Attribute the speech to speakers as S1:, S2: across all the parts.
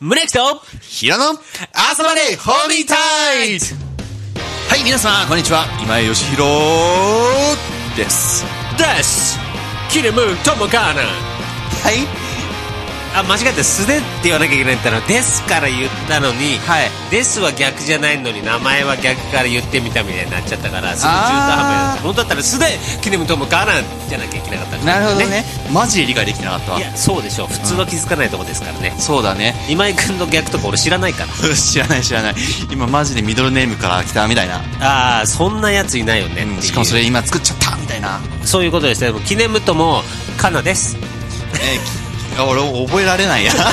S1: 胸キと
S2: 平野朝までホーミータイトはい、皆さん、こんにちは。今井義弘です。
S1: ですキリムトモカーナ
S2: はい。
S1: あ、間違えた。素でって言わなきゃいけないんだったら、ですから言ったのに、
S2: はい
S1: ですは逆じゃないのに、名前は逆から言ってみたみたいになっちゃったから、すぐ中途半端
S2: あー
S1: になった本当だったら素でキリムトモカーナじゃなきゃいけなかったから
S2: なるほどね。マジで理解できてなかったわ
S1: い。や、そうでしょう。普通は気づかないとこですからね。
S2: そうだね。
S1: 今井君の逆とか俺知らないから。
S2: 知らない知らない。今マジでミドルネームから来たみたいな。
S1: ああ、そんなやついないよねっていう
S2: うん、しかもそれ今作っちゃったみたいな。
S1: そういうことですね。でもキリムトモカーナです。
S2: えーきあ俺覚えられ ないやは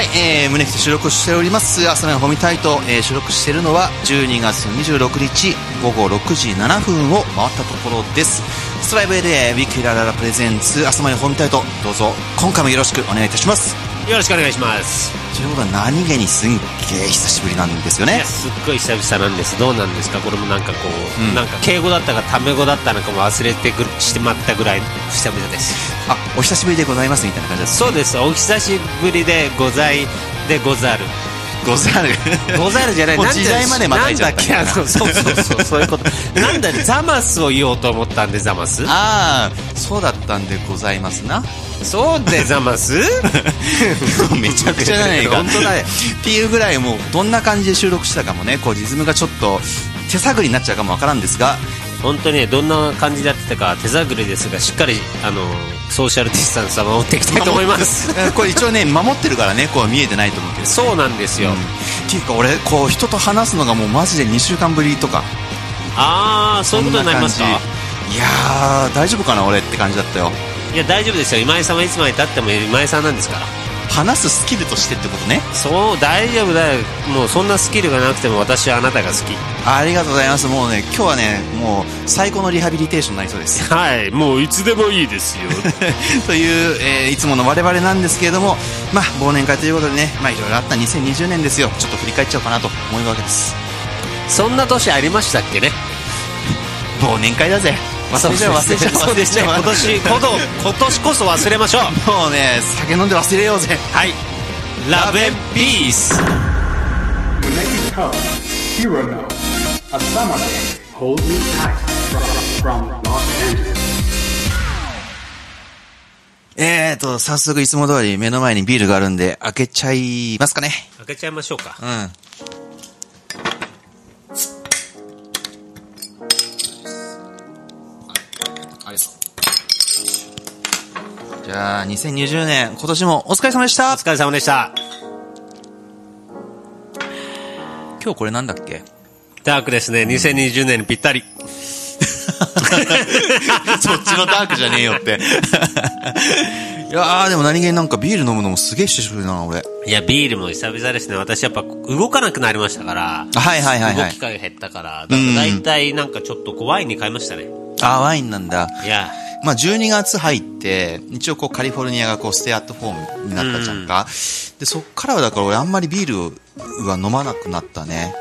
S2: い、えー、胸キと収録をしております朝のホミタイト、えー収録しているのは12月26日午後6時7分を回ったところですストライブ LA ウィークイラララプレゼンツ朝のホミタイトどうぞ今回もよろしくお願いいたします
S1: よろしくお願いします。
S2: ということは何気にすんげえ久しぶりなんですよ
S1: い
S2: ね
S1: やすっごい久々なんですどうなんですかこれもなんかこう、
S2: うん
S1: なんか敬語だったかタメ語だったのかも忘れてくるしてまったぐらい 久々です
S2: あお久しぶりでございますみたいな感じです
S1: そうですお久しぶりでございでござる
S2: ござる
S1: ござるじゃない
S2: もう
S1: なんだ
S2: 時代までまたいちゃったみた
S1: ないんだ
S2: な
S1: っけあのそう そうそうそういうことなんだねザマスを言おうと思ったんでザマス
S2: ああそうだったんでございますな
S1: そう でザマス
S2: めちゃくちゃじゃないか
S1: 本当だよ
S2: っていうぐらいもうどんな感じで収録したかもねこうリズムがちょっと手探りになっちゃうかもわからんです が
S1: 本当にねどんな感じだってたか手探りですがしっかりあのソーシャルディスタンスは守っていきたいと思います
S2: これ一応ね守ってるからねこう見えてないと思うけど
S1: そうなんですよ、
S2: うんっていうか俺こう人と話すのがもうマジで2週間ぶりとか
S1: ああそういうことになります
S2: そん
S1: か
S2: な感じいやー大丈夫かな俺って感じだったよ
S1: いや大丈夫ですよ今井さんはいつまでたっても今井さんなんですから
S2: 話すスキルとしてってことね
S1: そう大丈夫だよもうそんなスキルがなくても私はあなたが好き
S2: ありがとうございますもうね今日はねもう最高のリハビリテーションになりそうです
S1: はいもういつでもいいですよ
S2: という、えーいつもの我々なんですけれどもまあ忘年会ということでねまあいろいろあった2020年ですよちょっと振り返っちゃおうかなと思うわけです
S1: そんな年ありましたっけね
S2: 忘年会だぜ忘れちゃう忘れちゃう
S1: そう
S2: 忘
S1: で
S2: れ
S1: す
S2: ち
S1: ね
S2: ゃう
S1: 今年こ そ今年こそ忘れましょう
S2: もうね酒飲んで忘れようぜ
S1: はいラブエンピース
S3: Naked Toe, Hero No, a summer day, hold me tight from, from Los Angeles.
S2: えーと早速いつも通り目の前にビールがあるんで開けちゃいますかね
S1: 開けちゃいましょうか
S2: うんじゃあ2020年今年もお疲れ様でし
S1: お
S2: た
S1: 疲れ様でした
S2: 今日これなんだっけ
S1: ダークですね2020年にぴったり
S2: そっちのダークじゃねえよって。 いやーでも何気になんかビール飲むのもすげえ久しぶりだな、俺。
S1: いやビールも久々ですね私やっぱ動かなくなりましたから
S2: はいはいはいは
S1: 動
S2: い
S1: き。が減ったから、だから大体なんかちょっとこうワインに変えましたね。
S2: あ、ワインなんだ。
S1: いや、
S2: まあ12月入って、一応こうカリフォルニアがこうステイアットホームになったじゃんか。で、そっからはだから俺あんまりビールは飲まなくなったね。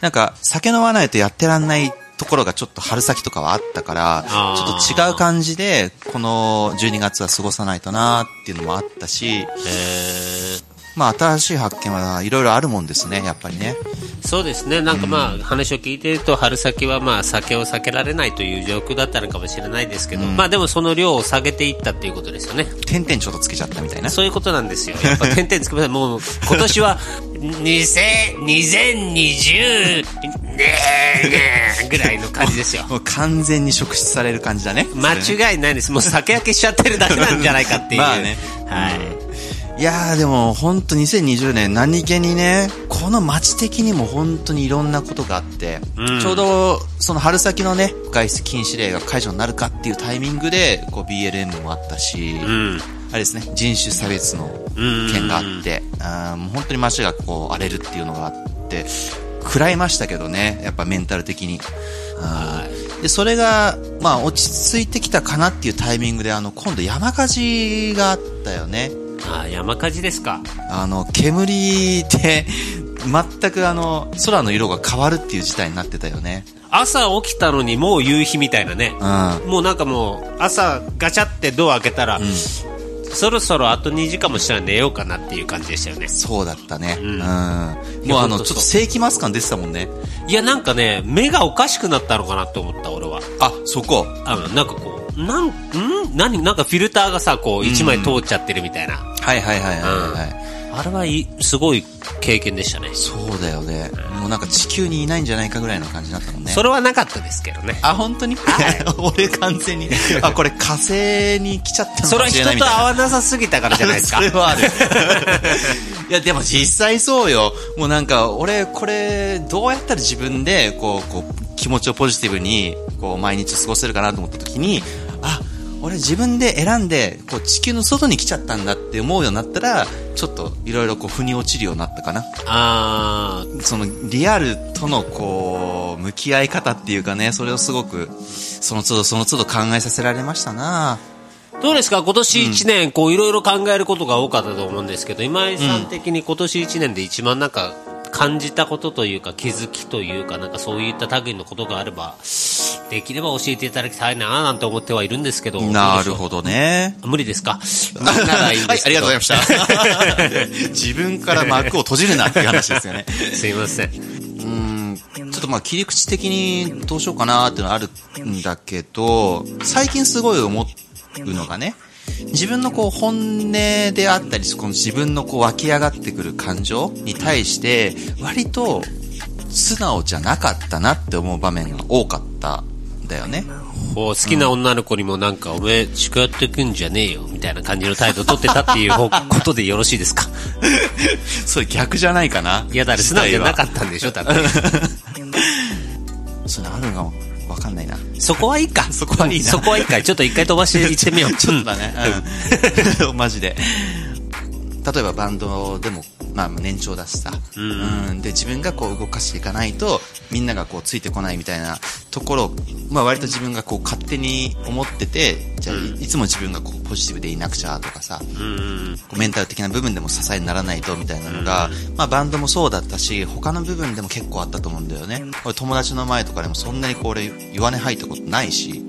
S2: なんか酒飲まないとやってらんないところがちょっと春先とかはあったから、
S1: あー
S2: ちょっと違う感じで、この12月は過ごさないとなーっていうのもあったし、
S1: えー、
S2: まあ新しい発見はいろいろあるもんですね、やっぱりね。
S1: そうですね、なんかまあ、話を聞いてると、春先はまあ酒を避けられないという状況だったのかもしれないですけど、まあでもその量を下げていったっていうことですよね。
S2: 点々ちょっとつけちゃったみたいな。
S1: そういうことなんですよ。やっぱ点々つけません。もう、今年は、2000 2020年ぐらいの感じですよ。
S2: もう完全に触手される感じだね。
S1: 間違いないです。もう酒焼けしちゃってるだけなんじゃないかっていう。
S2: まあね
S1: はい。
S2: いやーでも本当2020年何気にね、この街的にも本当にいろんなことがあって、
S1: うん
S2: ちょうどその春先のね、外出禁止令が解除になるかっていうタイミングで、こう BLM もあったし、
S1: うん。
S2: あれですね、人種差別の件があって、あーもう本当に街がこう荒れるっていうのがあって、食らいましたけどね、やっぱメンタル的に。あーで、それが、まあ落ち着いてきたかなっていうタイミングで、あの、今度山火事があったよね。
S1: ああ、山火事ですか。
S2: あの、煙で、全くあの、空の色が変わるっていう事態になってたよね。
S1: 朝起きたのにもう夕日みたいなね
S2: う、ん。
S1: もうなんかもう朝ガチャってドア開けたら、そろそろあと2時間もしたら寝ようかなっていう感じでしたよね。
S2: そうだったね。うん。
S1: いや
S2: もうあ
S1: ほん
S2: の、
S1: と
S2: ち
S1: そ
S2: ょ
S1: う
S2: っと世紀末感出てたもんね。
S1: いや、なんかね、目がおかしくなったのかなと思った、俺は。
S2: あ、そこ。
S1: あの、なんかこう、なん、ん何なんかフィルターがさ、こう、一枚通っちゃってるみたいな。
S2: はいはいはいはいはい。
S1: あれはいい、すごい経験でしたね。
S2: そうだよね。もうなんか地球にいないんじゃないかぐらいの感じだったもんね。
S1: それはなかったですけどね。
S2: あ、本当に 俺完全に。あ、これ火星に来ちゃったの
S1: それは
S2: かもし
S1: 人
S2: れないみ
S1: と
S2: たいな。
S1: 合わなさすぎたからじゃないですか
S2: それはある。 いや、でも実際そうよ。もうなんか、俺、これ、どうやったら自分で、こう、こう、気持ちをポジティブに、こう、毎日過ごせるかなと思った時に、あ、俺自分で選んで、こう、地球の外に来ちゃったんだって思うようになったら、ちょっと、いろいろこう、腑に落ちるようになったかな。
S1: あー
S2: そのリアルとのこう、向き合い方っていうかね、それをすごく、その都度その都度考えさせられましたな
S1: どうですか今年1年、こういろいろ考えることが多かったと思うんですけど、今井さん的に今年1年で一番なんか感じたことというか気づきというか、なんかそういった類のことがあれば、できれば教えていただきたいなぁなんて思ってはいるんですけど。
S2: なる
S1: どうでしょ
S2: ほどね。
S1: う。無理ですかならいいん ですけど。
S2: はい、ありがとうございま した。自分から幕を閉じるなっていう話ですよね。
S1: すいません。
S2: ちょっとまあ切り口的にどうしようかなっていうのはあるんだけど、最近すごい思うのがね、自分のこう本音であったり、この自分のこう湧き上がってくる感情に対して、割と素直じゃなかったなって思う場面が多かったんだよね。
S1: こう好きな女の子にもなんか、おめえ、宿やってくんじゃねえよ、みたいな感じの態度取ってたっていう方ことでよろしいですか
S2: それ逆じゃないかない
S1: や、だって素直じゃなか
S2: っ
S1: ったんでしょだって。
S2: た。そういうのあるのかわかんないな。
S1: そこはいいか。
S2: そこはいい な
S1: そこはいいか。ちょっと一回飛ばしていって みよう。
S2: ちょっとだね。うん。 マジで。例えばバンドでも、まあ年長だしさ。うん。で、自分がこう動かしていかないと、みんながこうついてこないみたいなところを、まあ割と自分がこう勝手に思ってて、じゃあいいつも自分がこうポジティブでいなくちゃとかさ。こうメンタル的な部分でも支えにならないとみたいなのが、まあバンドもそうだったし、他の部分でも結構あったと思うんだよね。俺友達の前とかでもそんなにこれ弱音吐いたことないし、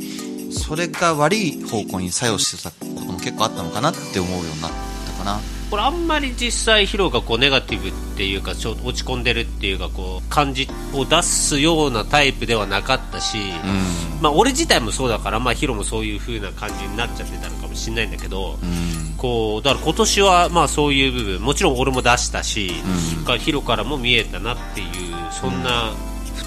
S2: それが悪い方向に作用してたことも結構あったのかなって思うようになったかな。
S1: これあんまり実際ヒロがこうネガティブっていうかちょ落ち込んでるっていうかこう感じを出すようなタイプではなかったし、まあ俺自体もそうだからまあヒロもそういう風な感じになっちゃってたのかもしれないんだけど、こうだから今年はまあそういう部分もちろん俺も出したし、がヒロからも見えたなっていうそんな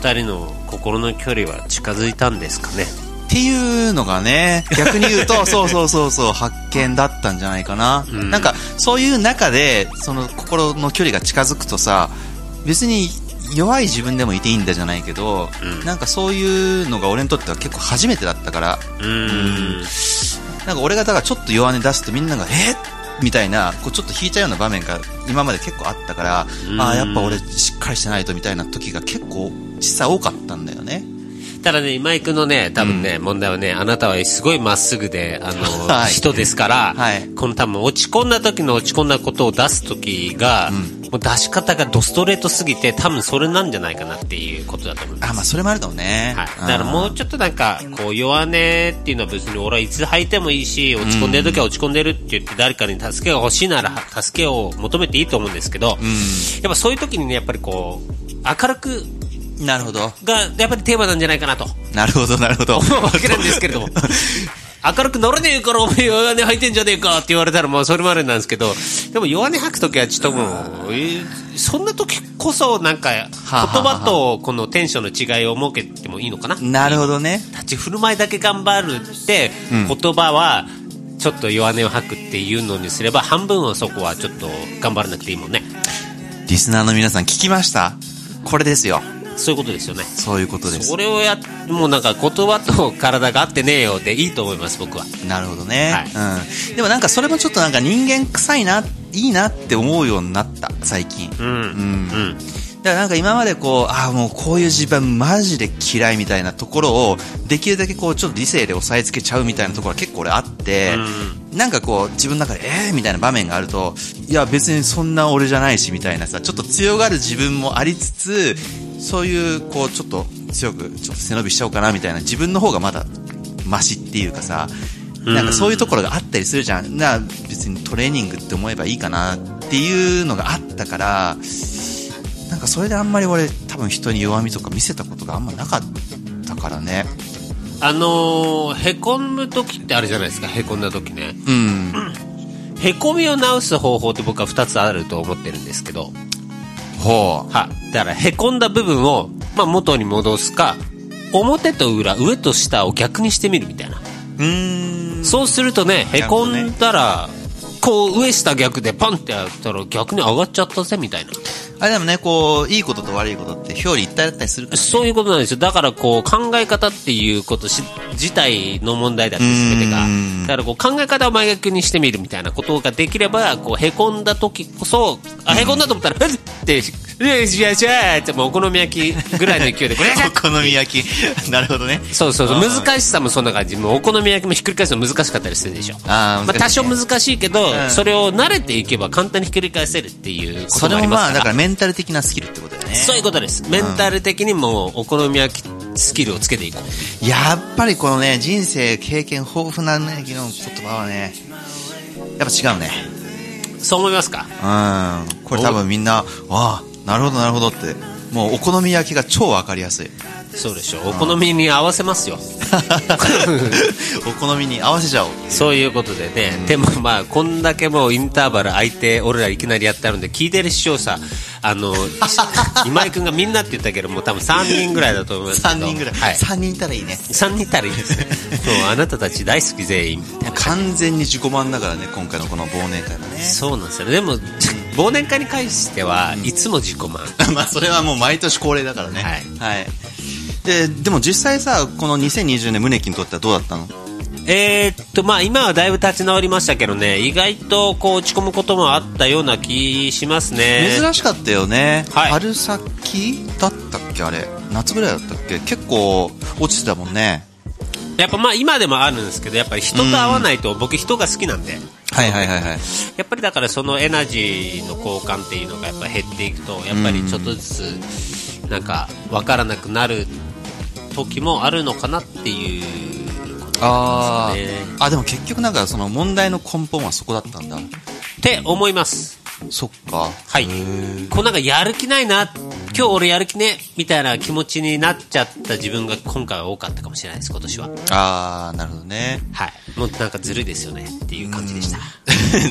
S1: 2人の心の距離は近づいたんですかね。
S2: っていうのが ね、逆に言うと、そうそうそうそう、発見だったんじゃないかな。なんか、そういう中で、その心の距離が近づくとさ、別に弱い自分でもいていいんだじゃないけど、なんかそういうのが俺にとっては結構初めてだったから、
S1: うん
S2: なんか俺がだからちょっと弱音出すとみんなが、えみたいな、こうちょっと引いちゃうような場面が今まで結構あったから、ああ、やっぱ俺しっかりしてないとみたいな時が結構実際多かったんだよね。
S1: ただね、今井君のね、多分ね、問題はね、あなたはすごいまっすぐで、あの、
S2: はい
S1: 人ですから、
S2: はい
S1: この多分落ち込んだ時の落ち込んだことを出す時が、もう出し方がドストレートすぎて、多分それなんじゃないかなっていうことだと思います。
S2: あ、まあそれもあるかもね。
S1: はい、だからもうちょっとなんか、こう、弱音っていうのは別に俺はいつ吐いてもいいし、落ち込んでる時は落ち込んでるって言って誰かに助けが欲しいなら、助けを求めていいと思うんですけど、やっぱそういう時にね、やっぱりこう、明るく
S2: うんなるほど。
S1: が、やっぱりテーマなんじゃないかなと。
S2: なるほど、なるほど。
S1: わけなんですけれども。明るくならねえからお前弱音吐いてんじゃねえかって言われたらもうそれまでなんですけど、でも弱音吐くときはちょっともう、えーそんなときこそなんか言
S2: あはあはあ
S1: 葉とこのテンションの違いを設けてもいいのかな
S2: なるほどね。
S1: 立ち振る舞いだけ頑張るって、言葉はちょっと弱音を吐くっていうのにすれば半分はそこはちょっと頑張らなくていいもんね。
S2: リスナーの皆さん聞きましたこれですよ。
S1: そういうことですよね。
S2: そういうことです
S1: そ。れをやっ、もうなんか言葉と体が合ってねえよでいいと思います僕は。
S2: なるほどね、
S1: は
S2: うん。でもなんかそれもちょっとなんか人間臭いな、いいなって思うようになった、最近。
S1: うん。うん
S2: だからなんか今までこう、ああ、もうこういう自分マジで嫌いみたいなところを、できるだけこう、ちょっと理性で抑えつけちゃうみたいなところが結構俺あって、なんかこう、自分の中で、ええー、みたいな場面があると、いや別にそんな俺じゃないしみたいなさ、ちょっと強がる自分もありつつ、そういうこう、ちょっと強く、ちょっと背伸びしちゃおうかなみたいな、自分の方がまだマシっていうかさ、なんかそういうところがあったりするじゃん。な別にトレーニングって思えばいいかなっていうのがあったから、なんかそれであんまり俺多分人に弱みとか見せたことがあんまなかったからね。
S1: あのー、へこむ時ってあるじゃないですか、へこんだ時ね。
S2: うん。
S1: へこみを治す方法って僕は2つあると思ってるんですけど、
S2: ほう。
S1: はい。だから、へこんだ部分を、まあ、元に戻すか、表と裏、上と下を逆にしてみるみたいな。
S2: うーん。
S1: そうするとね、へ
S2: なるほ
S1: こ
S2: どね
S1: んだら、こう、上下逆でパンってやったら逆に上がっちゃったぜ、みたいな。
S2: あれでもね、こう、いいことと悪いことって表裏一体だったりするから、ね。
S1: そういうことなんですよ。だからこう考え方っていうことし自体の問題だって全てが
S2: うん。
S1: だからこう考え方を真逆にしてみるみたいなことができれば、こう凹んだ時こそ、あ、凹んだと思ったら、 ふっって、よいしょよいしょってもうお好み焼きぐらいの勢いで、 これ
S2: お好み焼き。 なるほどね。
S1: そうそうそう、
S2: あー
S1: 難しさもそんな感じ。もうお好み焼きもひっくり返すの難しかったりするでしょ。
S2: あー
S1: まあ多
S2: 難しい
S1: 少
S2: ね
S1: 難しいけど、
S2: ん
S1: それを慣れていけば簡単にひっくり返せるっていうこ
S2: そ
S1: とも
S2: れ
S1: あり
S2: も
S1: ますか
S2: まあ、
S1: ら
S2: だ。からメンタル的なスキルってことだよね。
S1: そういうことです。メンタル的にもうお好み焼きスキルをつけていこう。
S2: やっぱりこのね、人生経験豊富なね、昨日言葉はね、やっぱ違うね。
S1: そう思いますか
S2: うん。これ多分みんな、ああ、なるほどなるほどって。もうお好み焼きが超わかりやすい。
S1: そうでしょうお好みに合わせますよ
S2: お好みに合わせちゃおう。
S1: そういうことでね、でもまあこんだけもうインターバル空いて俺らいきなりやってあるんで聞いてる視聴者あ の今井君がみんなって言ったけどもう多分3人ぐらいだと思いますけど
S2: 3人ぐらい。
S1: はい、
S2: 3人いたらいいね。
S1: 3人いたらいいですねそうあなたたち大好き全員
S2: 完全に自己満だからね、今回のこの忘年会もね。
S1: そうなんですよねでも忘年会に関してはいつも自己満
S2: まあそれはもう毎年恒例だからね。
S1: はい
S2: はい。で、でも実際さ、この2020年、胸キにとってはどうだったの
S1: えーっとまあ今はだいぶ立ち直りましたけどね意外とこう落ち込むこともあったような気しますね
S2: 珍しかったよね、
S1: はい
S2: 春先だったっけあれ夏ぐらいだったっけ結構落ちてたもんね
S1: やっぱまあ今でもあるんですけどやっぱり人と会わないと僕人が好きなんで
S2: はいはいはいはい
S1: やっぱりだからそのエナジーの交換っていうのがやっぱ減っていくとやっぱりちょっとずつなんか分からなくなる時もあるのかなっていうこと
S2: あ
S1: なんですよね
S2: あでも結局なんかその問題の根本はそこだったんだ
S1: って思います
S2: そっか
S1: はいこうなんかやる気ないな今日俺やる気ねみたいな気持ちになっちゃった自分が今回は多かったかもしれないです今年は
S2: ああなるほどね
S1: はいもうなんかずるいですよねっていう感じでした、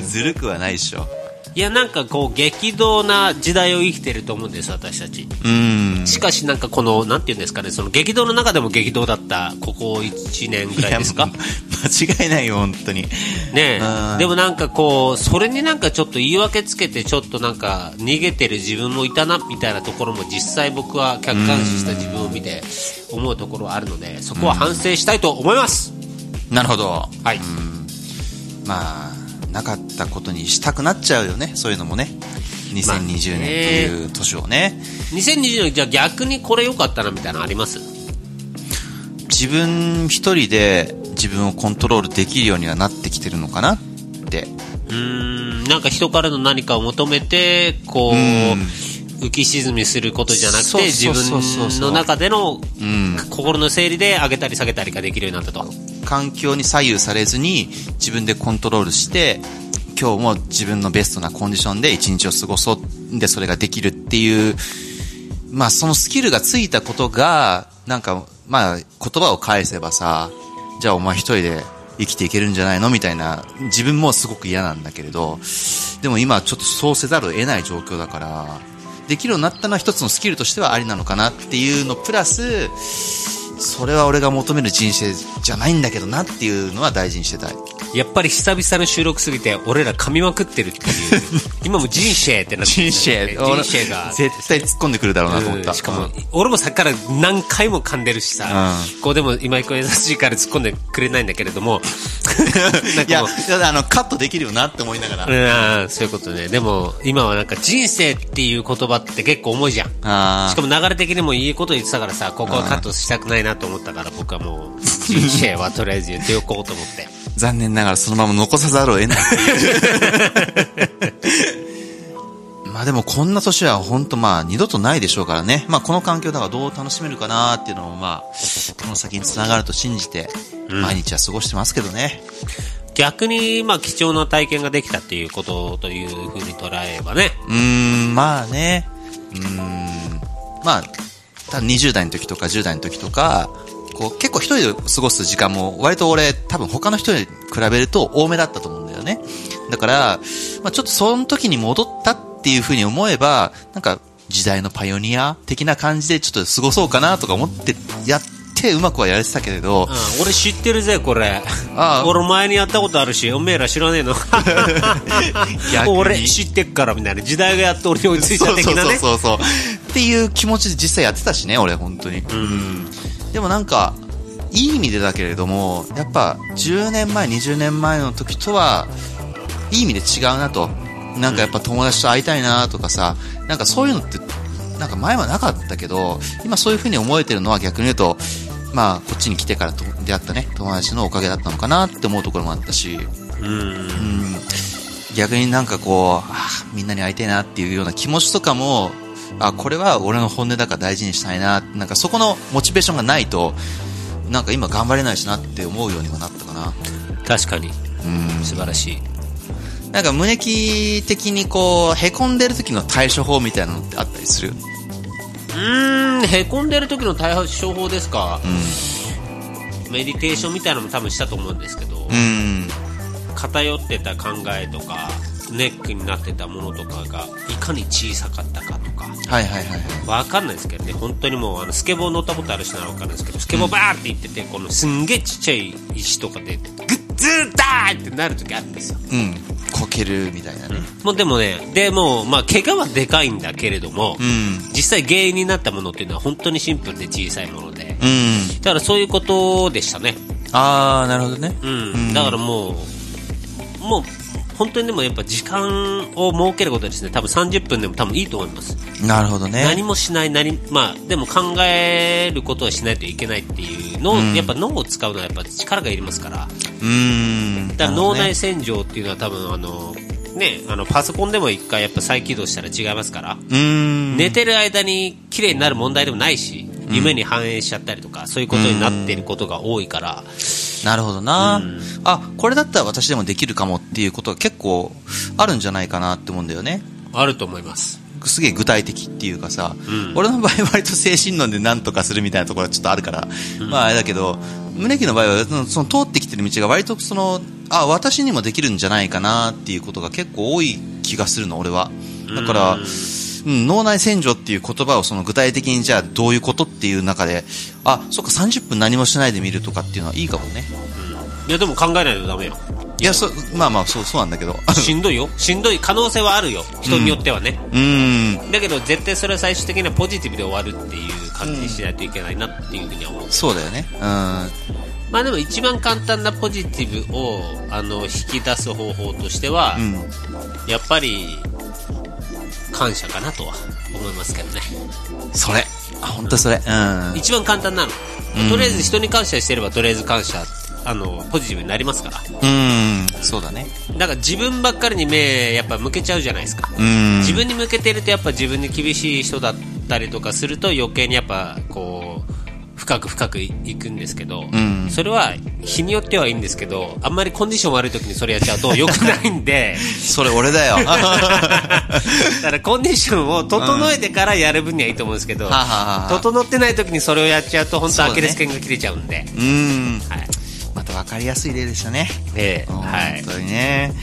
S2: ずるくはないでしょ
S1: いやなんかこう激動な時代を生きてると思うんです私たち
S2: うん
S1: しかしなんかこのなんて言うんですかねその激動の中でも激動だったここ1年ぐらいですか
S2: いや間違いないよ本当に
S1: ね
S2: うん
S1: えでもなんかこうそれになんかちょっと言い訳つけてちょっとなんか逃げてる自分もいたなみたいなところも実際僕は客観視した自分を見て思うところはあるのでそこは反省したいと思います
S2: なるほど
S1: はい
S2: まあなかったことにしたくなっちゃうよねそういうのもね
S1: まあね
S2: 2020年っていう年をね
S1: 2020年じゃあ逆にこれ良かったなみたいなのあります
S2: 自分一人で自分をコントロールできるようにはなってきてるのかなって。
S1: うーんなんか人からの何かを求めてこう、浮き沈みすることじゃなく
S2: そう
S1: て
S2: そ
S1: 自
S2: うそうそう
S1: 分の中での
S2: ん
S1: 心の整理で上げたり下げたりができるようになったと
S2: 環境に左右されずに自分でコントロールして、今日も自分のベストなコンディションで一日を過ごそう。で、それができるっていう、まあそのスキルがついたことが、なんか、まあ言葉を返せばさ、じゃあお前一人で生きていけるんじゃないのみたいな、自分もすごく嫌なんだけれど、でも今はちょっとそうせざるを得ない状況だから、できるようになったのは一つのスキルとしてはありなのかなっていうのプラス、それは俺が求める人生じゃないんだけどなっていうのは大事にしてたい。
S1: やっぱり久々の収録すぎて俺ら噛みまくってるっていう 今も人生ってなってる人生が
S2: 絶対突っ込んでくるだろうなと思っ
S1: う
S2: た。
S1: んしかも、俺もさっきから何回も噛んでるしさ、こうでも今井君優しいから突っ込んでくれないんだけれども なん
S2: い
S1: か
S2: や、
S1: もう
S2: いやあの、カットできるよなって思いながら。
S1: うん、そういうことね。でも、今はなんか人生っていう言葉って結構重いじゃん。
S2: あー
S1: しかも流れ的にもいいこと言ってたからさ、ここはカットしたくないなと思ったから、僕はもう、人生はとりあえず言っておこうと思 って。
S2: 残念ながらそのまま残さざるを得ない。 まあでもこんな年は本当まあ二度とないでしょうからね。まあこの環境だからどう楽しめるかなっていうのも まあ、この先につながると信じて、毎日は過ごしてますけどね。
S1: 逆に、まあ、貴重な体験ができたっていうことというふうに捉えればね。
S2: うーん、まあね。うーん。まあ、多分20代の時とか10代の時とか、こう結構一人で過ごす時間も割と俺多分他の人に比べると多めだったと思うんだよね。だから、まあちょっとその時に戻ったっていうふうに思えば、なんか時代のパイオニア的な感じでちょっと過ごそうかなとか思ってやってうまくはやれてたけれど、
S1: うん、俺知ってるぜ、これ。
S2: あ
S1: 俺前にやったことあるし、おめえら知らねえ の。
S2: 逆に
S1: 俺知ってっからみたいな。時代がやっと俺に追いついた的なね。
S2: そうそうそうそう。っていう気持ちで実際やってたしね、俺、本当に。うん。でもなんか、いい意味でだけれども、やっぱ、10年前、20年前の時とは、いい意味で違うなと。なんかやっぱ友達と会いたいなとかさ、なんかそういうのって、なんか前はなかったけど、今そういう風に思えてるのは逆に言うと、まあ、こっちに来てからと出会ったね、友達のおかげだったのかなって思うところもあったし、
S1: うん。
S2: 逆になんかこう、あーみんなに会いたいなっていうような気持ちとかも、あ、これは俺の本音だから大事にしたいな、なんかそこのモチベーションがないと、なんか今頑張れないしなって思うようにもなったかな。
S1: 確かに。
S2: うん。
S1: 素晴らしい。
S2: なんか胸キ的にこう、凹んでる時の対処法みたいなのってあったりする
S1: うーん、へこんでる時の対処法ですか。メディテーションみたいなのも多分したと思うんですけど、
S2: うん。
S1: 偏ってた考えとか、ネックになってたものとかが、いかに小さかったかとか。
S2: はいはいはいはい。
S1: わかんないですけどね、本当にもうあのスケボー乗ったことある人ならわかるんですけど、スケボーバーって行ってて、このすんげえちっちゃい石とかで、グッズーだーってなる時あるんですよ。
S2: うん。こけるみたいなね。
S1: もうでもね、でもう、まあ、怪我はでかいんだけれども、
S2: うん。
S1: 実際原因になったものっていうのは本当にシンプルで小さいもので、
S2: うん。
S1: だからそういうことでしたね。
S2: あー、なるほどね。
S1: うん、だからもう、もう、本当にでもやっぱ時間を設けることですね、多分30分でも多分いいと思います。
S2: なるほどね。
S1: 何もしない何、まあ、でも考えることはしないといけないっていうのを、やっぱ脳を使うのはやっぱ力がいりますから
S2: うん。
S1: だから脳内
S2: なる
S1: 洗浄っていうのは多分あの、ね、あのパソコンでも一回やっぱ再起動したら違いますから、
S2: ほどねうん。
S1: 寝てる間に綺麗になる問題でもないし夢に反映しちゃったりとかそういうことになっていることが多いから、
S2: なるほどな、あ、これだったら私でもできるかもっていうことが結構あるんじゃないかなって思うんだよね。
S1: あると思います
S2: すげえ具体的っていうかさ、
S1: うん
S2: 俺の場合割と精神論で何とかするみたいなところはちょっとあるから、まああれだけど、宗木の場合はそのその通ってきてる道が割とその、あ、私にもできるんじゃないかなっていうことが結構多い気がするの、俺は。だから、うん、脳内洗浄っていう言葉をその具体的にじゃあどういうことっていう中で、あ、そっか30分何もしないで見るとかっていうのはいいかもね。
S1: いやでも考えないとダメよ
S2: いや、そう、まあまあ、そう、そうなんだけど。
S1: しんどいよしんどい可能性はあるよ人によってはね、
S2: うーん。
S1: だけど絶対それは最終的にはポジティブで終わるっていう感じにしないといけないなっていうふうには思う、
S2: そうだよね。う
S1: まあでも一番簡単なポジティブをあの引き出す方法としては、
S2: ん。うん。
S1: やっぱり感謝かなとは思いますけどね
S2: それ。あ、本当それ。うん。
S1: 一番簡単なの、とりあえず人に感謝してればとりあえず感謝あのポジティブになりますから
S2: うん。そうだね。
S1: だから自分ばっかりに目やっぱ向けちゃうじゃないですか、
S2: うん。
S1: 自分に向けてるとやっぱ自分に厳しい人だったりとかすると余計にやっぱこう深く深くいいくんですけど、
S2: ん
S1: それは日によってはいいんですけどあんまりコンディション悪い時にそれやっちゃうと良くないん で
S2: それ俺 だよ。
S1: だからコンディションを整えてからやる分にはいいと思うんですけど、
S2: はあはあはあ
S1: 整ってない時にそれをやっちゃうと本
S2: そうだ
S1: 当アキ
S2: ね
S1: レス腱が切れちゃうんで、
S2: うん。
S1: はい
S2: また分かりやすい例でしたね。
S1: ええ
S2: うん
S1: はい
S2: 本、当にね。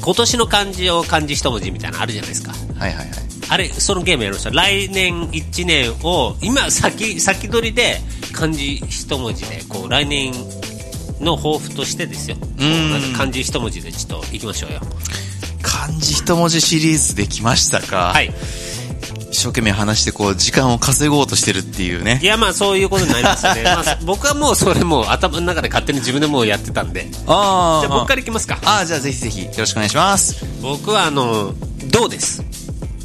S1: 今年の漢字を漢字一文字みたいなのあるじゃないですか
S2: はいはいはい。
S1: あれ、そのゲームやりました。来年1年を、今、先、先取りで、漢字一文字で、こう、来年の抱負としてですよ。こうなんか漢字一文字で、ちょっと行きましょうよ。
S2: 漢字一文字シリーズできましたか。
S1: はい。
S2: 一生懸命話してこう、時間を稼ごうとしてるっていうね
S1: い。や、まあ、そういうことになりますよ ね。まあ、僕はもう、それもう、頭の中で勝手に自分でもうやってたんで。じ
S2: あ。
S1: ゃあ、僕かららいきますか。
S2: あーじゃあぜひぜひ、よろしくお願いします。
S1: 僕は、あの、どうです。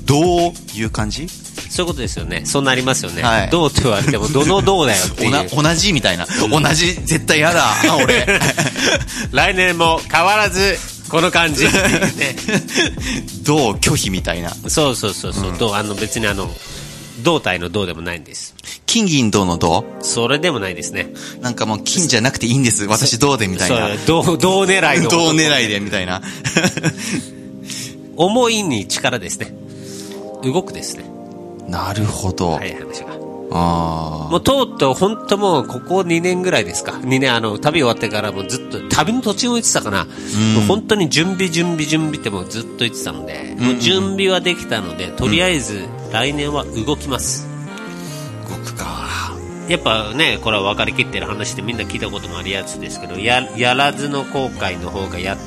S2: どういう感じ
S1: そういうことですよね。そうなりますよね。
S2: はい
S1: どうって言われても、どのどうだよってい
S2: おな
S1: う。
S2: 同じみ たいな。同じ、絶対やだ。俺。
S1: 来年も変わらずこの 感じっていうね
S2: どう拒否みたいな。
S1: そうそうそうそう、どうあの別にあの胴体の胴でもないんです
S2: 金銀銅の銅
S1: それでもないですね
S2: なんかもう金じゃなくていいんです。私銅でみたいな。
S1: そう胴胴狙いの
S2: 銅狙いでみたいな。
S1: 思いに力ですね動くですね
S2: なるほど。
S1: 早い話がも
S2: あ
S1: うとうとう本当もうここ2年ぐらいですか2年あの旅終わってからもうずっと旅の途中も言ってたかな、もう本当に準備準備準備ってもうずっと言ってたので、もう準備はできたのでとりあえず来年は動きます、
S2: あ。動くか。
S1: やっぱねこれは分かりきってる話でみんな聞いたこともあるやつですけどややらずの後悔の方がや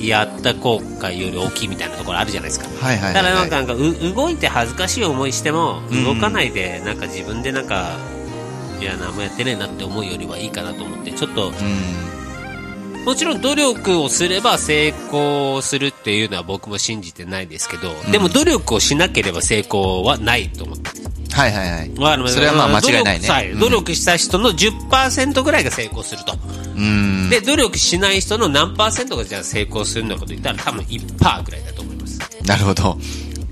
S1: やった後悔より大きいみたいなところあるじゃないですか、
S2: はいはいは
S1: だ
S2: いはい
S1: からなんかなんかう動いて恥ずかしい思いしても動かないでなんか自分でなんか、いや何もやってねえなって思うよりはいいかなと思ってちょっと、
S2: うん。
S1: もちろん努力をすれば成功するっていうのは僕も信じてないですけど、でも努力をしなければ成功はないと思って
S2: はいはいはい。
S1: まああの
S2: それはまあ間違いない
S1: 努
S2: ね
S1: 力はい努力した人の10%ぐらいが成功すると。
S2: うん。
S1: で、努力しない人の何パーセントがじゃあ成功するのかといったら多分1%ぐらいだと思います。
S2: なるほど。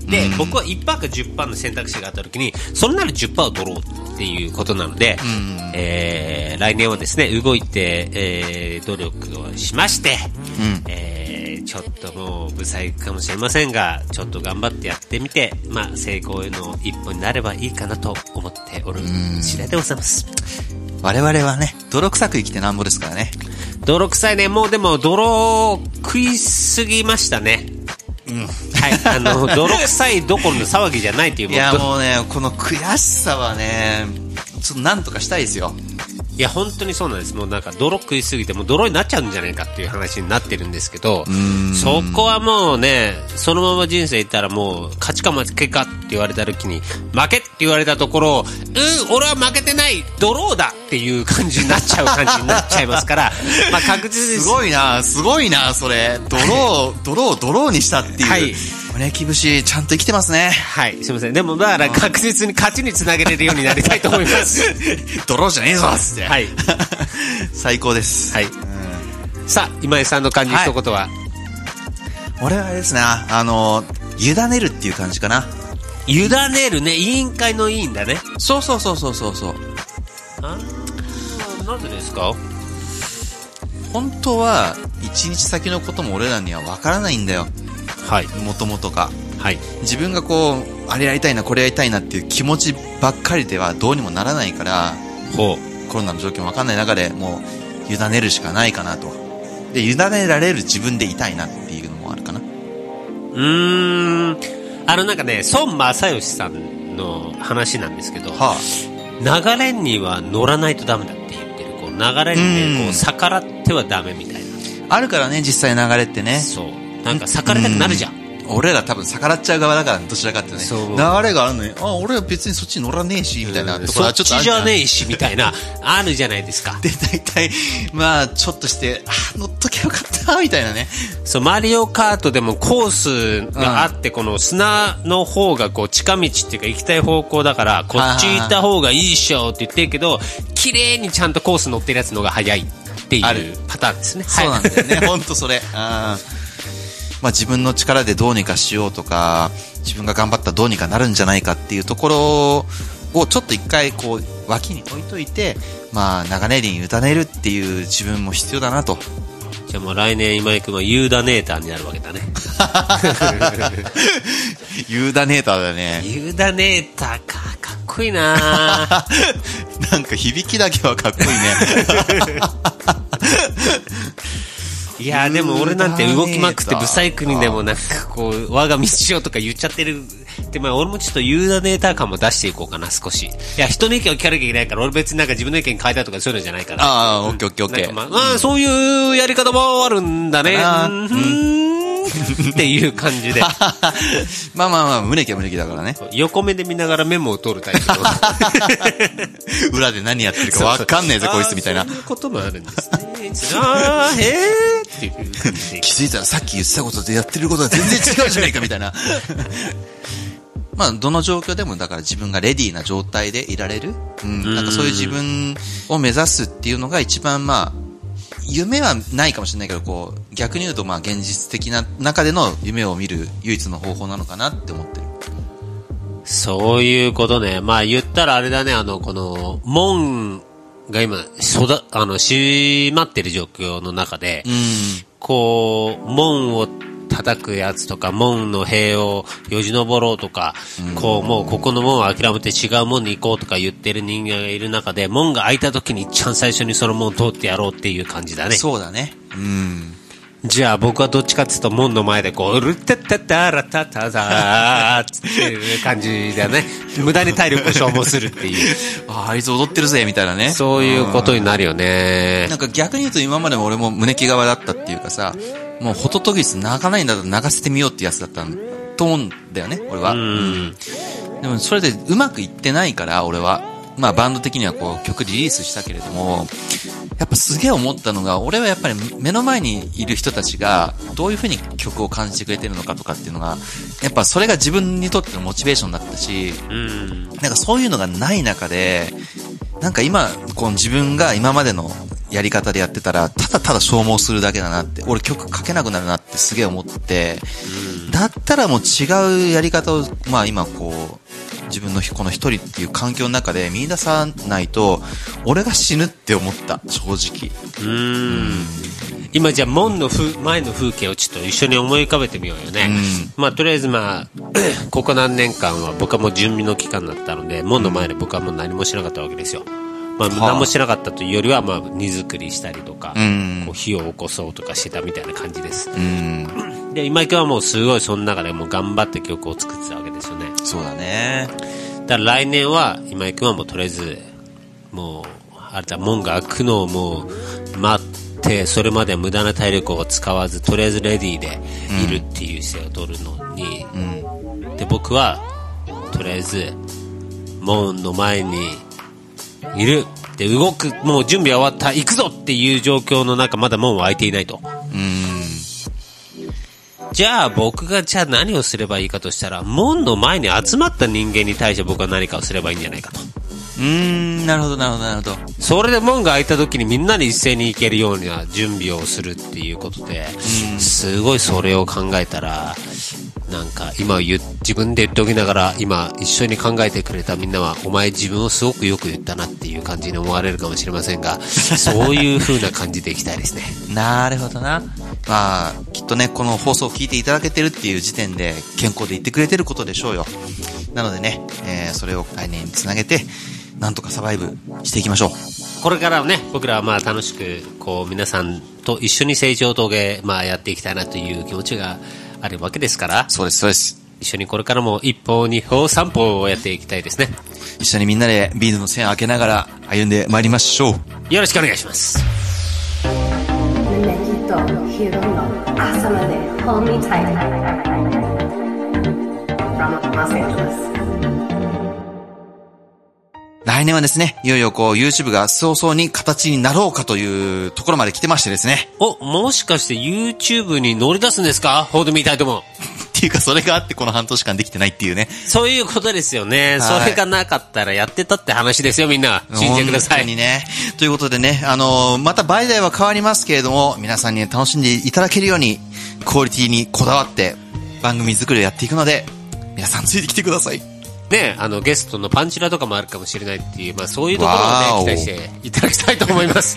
S1: で、僕は1%か10%の選択肢があった時に、それなら10%を取ろうっていうことなので、えー、来年はですね、動いて、えー、努力をしまして、えー、ちょっともう、不細工かもしれませんが、ちょっと頑張ってやってみて、まあ、成功への一歩になればいいかなと思っておる次第でございます。
S2: 我々はね、泥臭く生きてなんぼですからね。
S1: 泥臭いね。もうでも、泥を食いすぎましたね。はい。あ の、泥臭いどころの騒ぎじゃないという。
S2: いや
S1: もう
S2: もうね、この悔しさはね、ちょっとなんとかしたいですよ。
S1: いや、本当にそうなんです。もうなんか泥食いすぎて、もう泥になっちゃうんじゃないかっていう話になってるんですけど、そこはもうね、そのまま人生いったらもう、勝ちか負けかって言われた時に、負けって言われたところを、うん、俺は負けてない泥だっていう感じになっちゃう感じになっちゃいます から、まあ確実に
S2: すごいな、すごいな、それ。泥を、泥を泥にしたっていう。
S1: はい
S2: 胸きぶし、ちゃんと生きてますね。
S1: はい、すみません。でも、だから確実に勝ちにつなげれるようになりたいと思います。
S2: 泥じゃねえぞつって。
S1: はい。
S2: 最高です。
S1: はい。さあ、今井さんの感じ一言は、
S2: 俺はあれですね、あの、委ねるっていう感じかな。
S1: 委ねるね、委員会の委員だね。
S2: そうそうそうそうそうそう。
S1: あーなぜですか
S2: 本当は、一日先のことも俺らにはわからないんだよ。
S1: はい。
S2: もともとが。
S1: はい。
S2: 自分がこう、あれやりたいな、これやりたいなっていう気持ちばっかりではどうにもならないから、
S1: ほ
S2: コロナの状況もわかんない中でもう、委ねるしかないかなと。で、委ねられる自分でいたいなっていうのもあるかな。
S1: う。うーん。あの、なんかね、孫正義さんの話なんですけど、
S2: は
S1: 流れには乗らないとダメだって言ってる。こう、流れに
S2: うん
S1: ね、こう、逆らってはダメみたい
S2: あ、あるからね、実際流れってね
S1: な。。そう。なんか逆らいたくなるじゃん。
S2: 俺ら多分逆らっちゃう側だから、どちらかってね。
S1: そう
S2: 流れがあるのに、あ、俺は別にそっちに乗らねえし、みたいなところ
S1: そ
S2: は
S1: っ
S2: ちょっと
S1: ち
S2: あ
S1: じ
S2: る
S1: ゃ
S2: え
S1: ねえし、みたいな、あるじゃないですか。
S2: で、大体、まあ、ちょっとして、あ、乗っときゃよかった、みたいなね。
S1: そう、マリオカートでもコースがあって、この砂の方がこう近道っていうか行きたい方向だから、こっち行った方がいいっしょって言ってるけど、綺麗にちゃんとコース乗ってるやつの方が早いってい
S2: ある
S1: うパターンですね。
S2: そうなん
S1: はい
S2: だよね、ほ んとそれ。うん。まあ自分の力でどうにかしようとか、自分が頑張ったらどうにかなるんじゃないかっていうところをちょっと一回こう脇に置いといて、まあ長年に委ねるっていう自分も必要だなと。
S1: じゃあもう来年今井君はユーダネーターになるわけだね。
S2: ユーダネーターだね。
S1: ユーダネーターか、かっこいいな
S2: なんか響きだけはかっこいいね。
S1: いやーでも俺なんて動きまくって
S2: ユーダネーター
S1: ブサイクにでもなんかこう、我が道をとか言っちゃってる。で、まあ俺もちょっとユーダネーター感も出していこうかな、少し。いや、人の意見を聞かなきゃいけないから、俺別になんか自分の意見変えたとかそういうのじゃないから。
S2: ああ、オッケーオッケーオッ
S1: なん
S2: ケ
S1: か
S2: ー。
S1: まあ、まあ、そういうやり方もあるんだね。う
S2: かな
S1: ーんっていう感じ で、
S2: まあまあまあ、胸キは胸キだからね。
S1: 横目で見ながらメモを取るタイプの。
S2: 裏で何やってる かわかんねえぜ、こいつみたいな
S1: あー。そういうこともあるんですね。あー、へーって いう感じで
S2: 気づいたらさっき言ってたこととやってることは全然違うじゃないかみたい な。まあ、どの状況でもだから自分がレディーな状態でいられる。うん。なんかそういう自分を目指すっていうのが一番まあ、夢はないかもしれないけど、こう、現逆に言うと、まあ、現実的な中での夢を見る唯一の方法なのかなって思ってる。
S1: そういうことね。まあ言ったらあれだね、あの、この、門が今、そだ、あの、閉まってる状況の中で、こう、門を叩くやつとか、門の塀をよじ登ろうとか、こう、もうここの門を諦めて違う門に行こうとか言ってる人間がいる中で、門が開いた時に一番最初にその門を通ってやろうっていう感じだね。
S2: そうだね。うん。
S1: じゃあ僕はどっちかっつうと門の前でこう、ルッタッタッタラタタターつっていう感じだね。無駄に体力を消耗するっていう。
S2: ああ、あいつ踊ってるぜ、みたいなね。
S1: そういうことになるよね
S2: なん。か逆に言うと今までも俺も胸毛側だったっていうかさ、もうホトトギス泣かないんだったら泣かせてみようってやつだったんと思うんだよね、俺は。
S1: うん。
S2: でもそれでうまくいってないから、俺は。まあバンド的にはこう曲リリースしたけれども、やっぱすげえ思ったのが、俺はやっぱり目の前にいる人たちが、どういう風に曲を感じてくれてるのかとかっていうのが、やっぱそれが自分にとってのモチベーションだったし、
S1: うん。
S2: なんかそういうのがない中で、なんか今、この自分が今までのやり方でやってたら、ただただ消耗するだけだなって、俺曲書けなくなるなってすげえ思って、だったらもう違うやり方を、まあ今こう、自分のこの一人っていう環境の中で見出さないと、俺が死ぬって思った、正直。
S1: うん。今じゃあ門のふ前の風景をちょっと一緒に思い浮かべてみようよね。まあとりあえずまあ、 ここ何年間は僕はもう準備の期間だったので、門の前で僕はもう何もしなかったわけですよ。まあ、何もしなかったというよりは、まあ、荷造りしたりとか、
S2: うん
S1: こう火を起こそうとかしてたみたいな感じです。
S2: うん、
S1: で、今井君はもうすごいその中でもう頑張って曲を作ってたわけですよね。
S2: そうだね。
S1: だから来年は今井君はもうとりあえずもうあれだ門が開くのをもう待ってそれまで無駄な体力を使わずとりあえずレディーでいるっていう姿勢を取るのに、で僕はとりあえず門の前にいるで動くもう準備は終わった行くぞっていう状況の中まだ門は開いていないと。じゃあ僕がじゃあ何をすればいいかとしたら門の前に集まった人間に対して僕は何かをすればいいんじゃないかと
S2: うーん、なるほど、なるほど、なるほど。
S1: それで門が開いた時にみんなで一斉に行けるような準備をするっていうことで、すごいそれを考えたらなんか今言っ自分で言っておきながら今一緒に考えてくれたみんなはお前自分をすごくよく言ったなっていう感じに思われるかもしれませんがそういう風な感じでいきたいですね
S2: なるほどな。まあ、きっとね、この放送を聞いていただけてるっていう時点で、健康で言ってくれてることでしょうよ。なのでね、えー、それを来年につなげて、なんとかサバイブしていきましょう。
S1: これからね僕らはまあ楽しくこう皆さんと一緒に成長を遂げ、まあ、やっていきたいなという気持ちがあるわけですから
S2: そうです、そうです。
S1: 一緒にこれからも一歩二歩三歩をやっていきたいですね
S2: 一緒にみんなでビーズの線を開けながら歩んでまいりましょう。
S1: よろしくお願いします
S4: 胸きっと昼の朝まで Hold me tight From Los Angeles
S2: 来年はですね、いよいよこう YouTube が早々に形になろうかというところまで来てましてですね。
S1: おもしかして YouTube に乗り出すんですかほどみたいとも
S2: っていうかそれがあってこの半年間できてないっていうね。
S1: そういうことですよね、
S2: はい
S1: それがなかったらやってたって話ですよみんな信じてくださ
S2: 本当に
S1: い
S2: ね。ということでね、あのーまた売代は変わりますけれども、皆さんに楽しんでいただけるように、クオリティにこだわって、番組作りをやっていくので、皆さんついてきてください。
S1: ねあのゲストのパンチラとかもあるかもしれないっていう、まあ、そういうところを
S2: わーお
S1: ね期待していただきたいと思います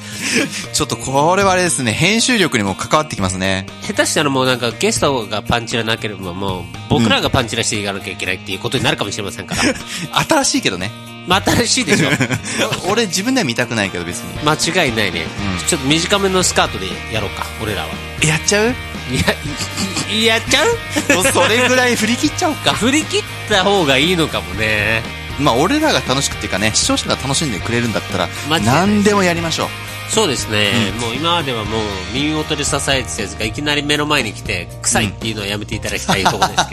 S2: ちょっとこれはあれですね、編集力にも関わってきますね。
S1: 下手したらもうなんかゲストがパンチラなければもう僕らがパンチラしていかなきゃいけないっていうことになるかもしれませんから、
S2: 新しいけどね。
S1: まあ新しいでしょ
S2: 俺自分では見たくないけど別に。
S1: 間違いないね、ちょっと短めのスカートでやろうか俺らは
S2: やっちゃう
S1: いやいやっちゃう
S2: もうそれぐらい振り切っちゃおう
S1: が
S2: か。
S1: 振り切った方がいいのかもね
S2: まあ俺らが楽しくっていうかね、視聴者が楽しんでくれるんだったら
S1: 間違、いない
S2: 何でもやりましょう。
S1: そうですね、もう今まではもう耳元で支えてたやつがいきなり目の前に来て臭いっていうのはやめていただきたいところです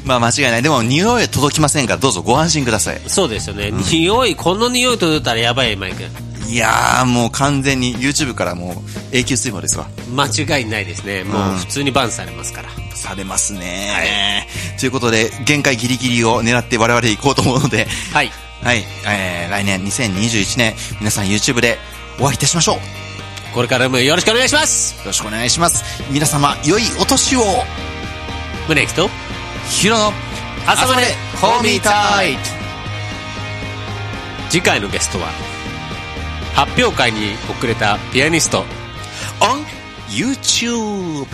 S1: けど、
S2: まあ間違いない。でも匂いは届きませんから、どうぞご安心ください。
S1: そうですよね、匂いこの匂いと出たらやばいよマイク
S2: いやーもう完全に YouTube からもう永久水泡ですわ。
S1: 間違いないですねもう普通にバンされますから、
S2: されますね、ということで、限界ギリギリを狙って我々行こうと思うので、
S1: はい
S2: はい、えー、来年2021年、皆さん YouTube でお会いいたしましょう。
S1: これからもよろしくお願いします
S2: よろしくお願いします。皆様、良いお年を
S1: 胸キと
S2: ヒロの
S1: 朝まで
S2: ホーミータイ
S1: 次回のゲストは発表会に遅れたピアニスト
S2: ト on YouTube!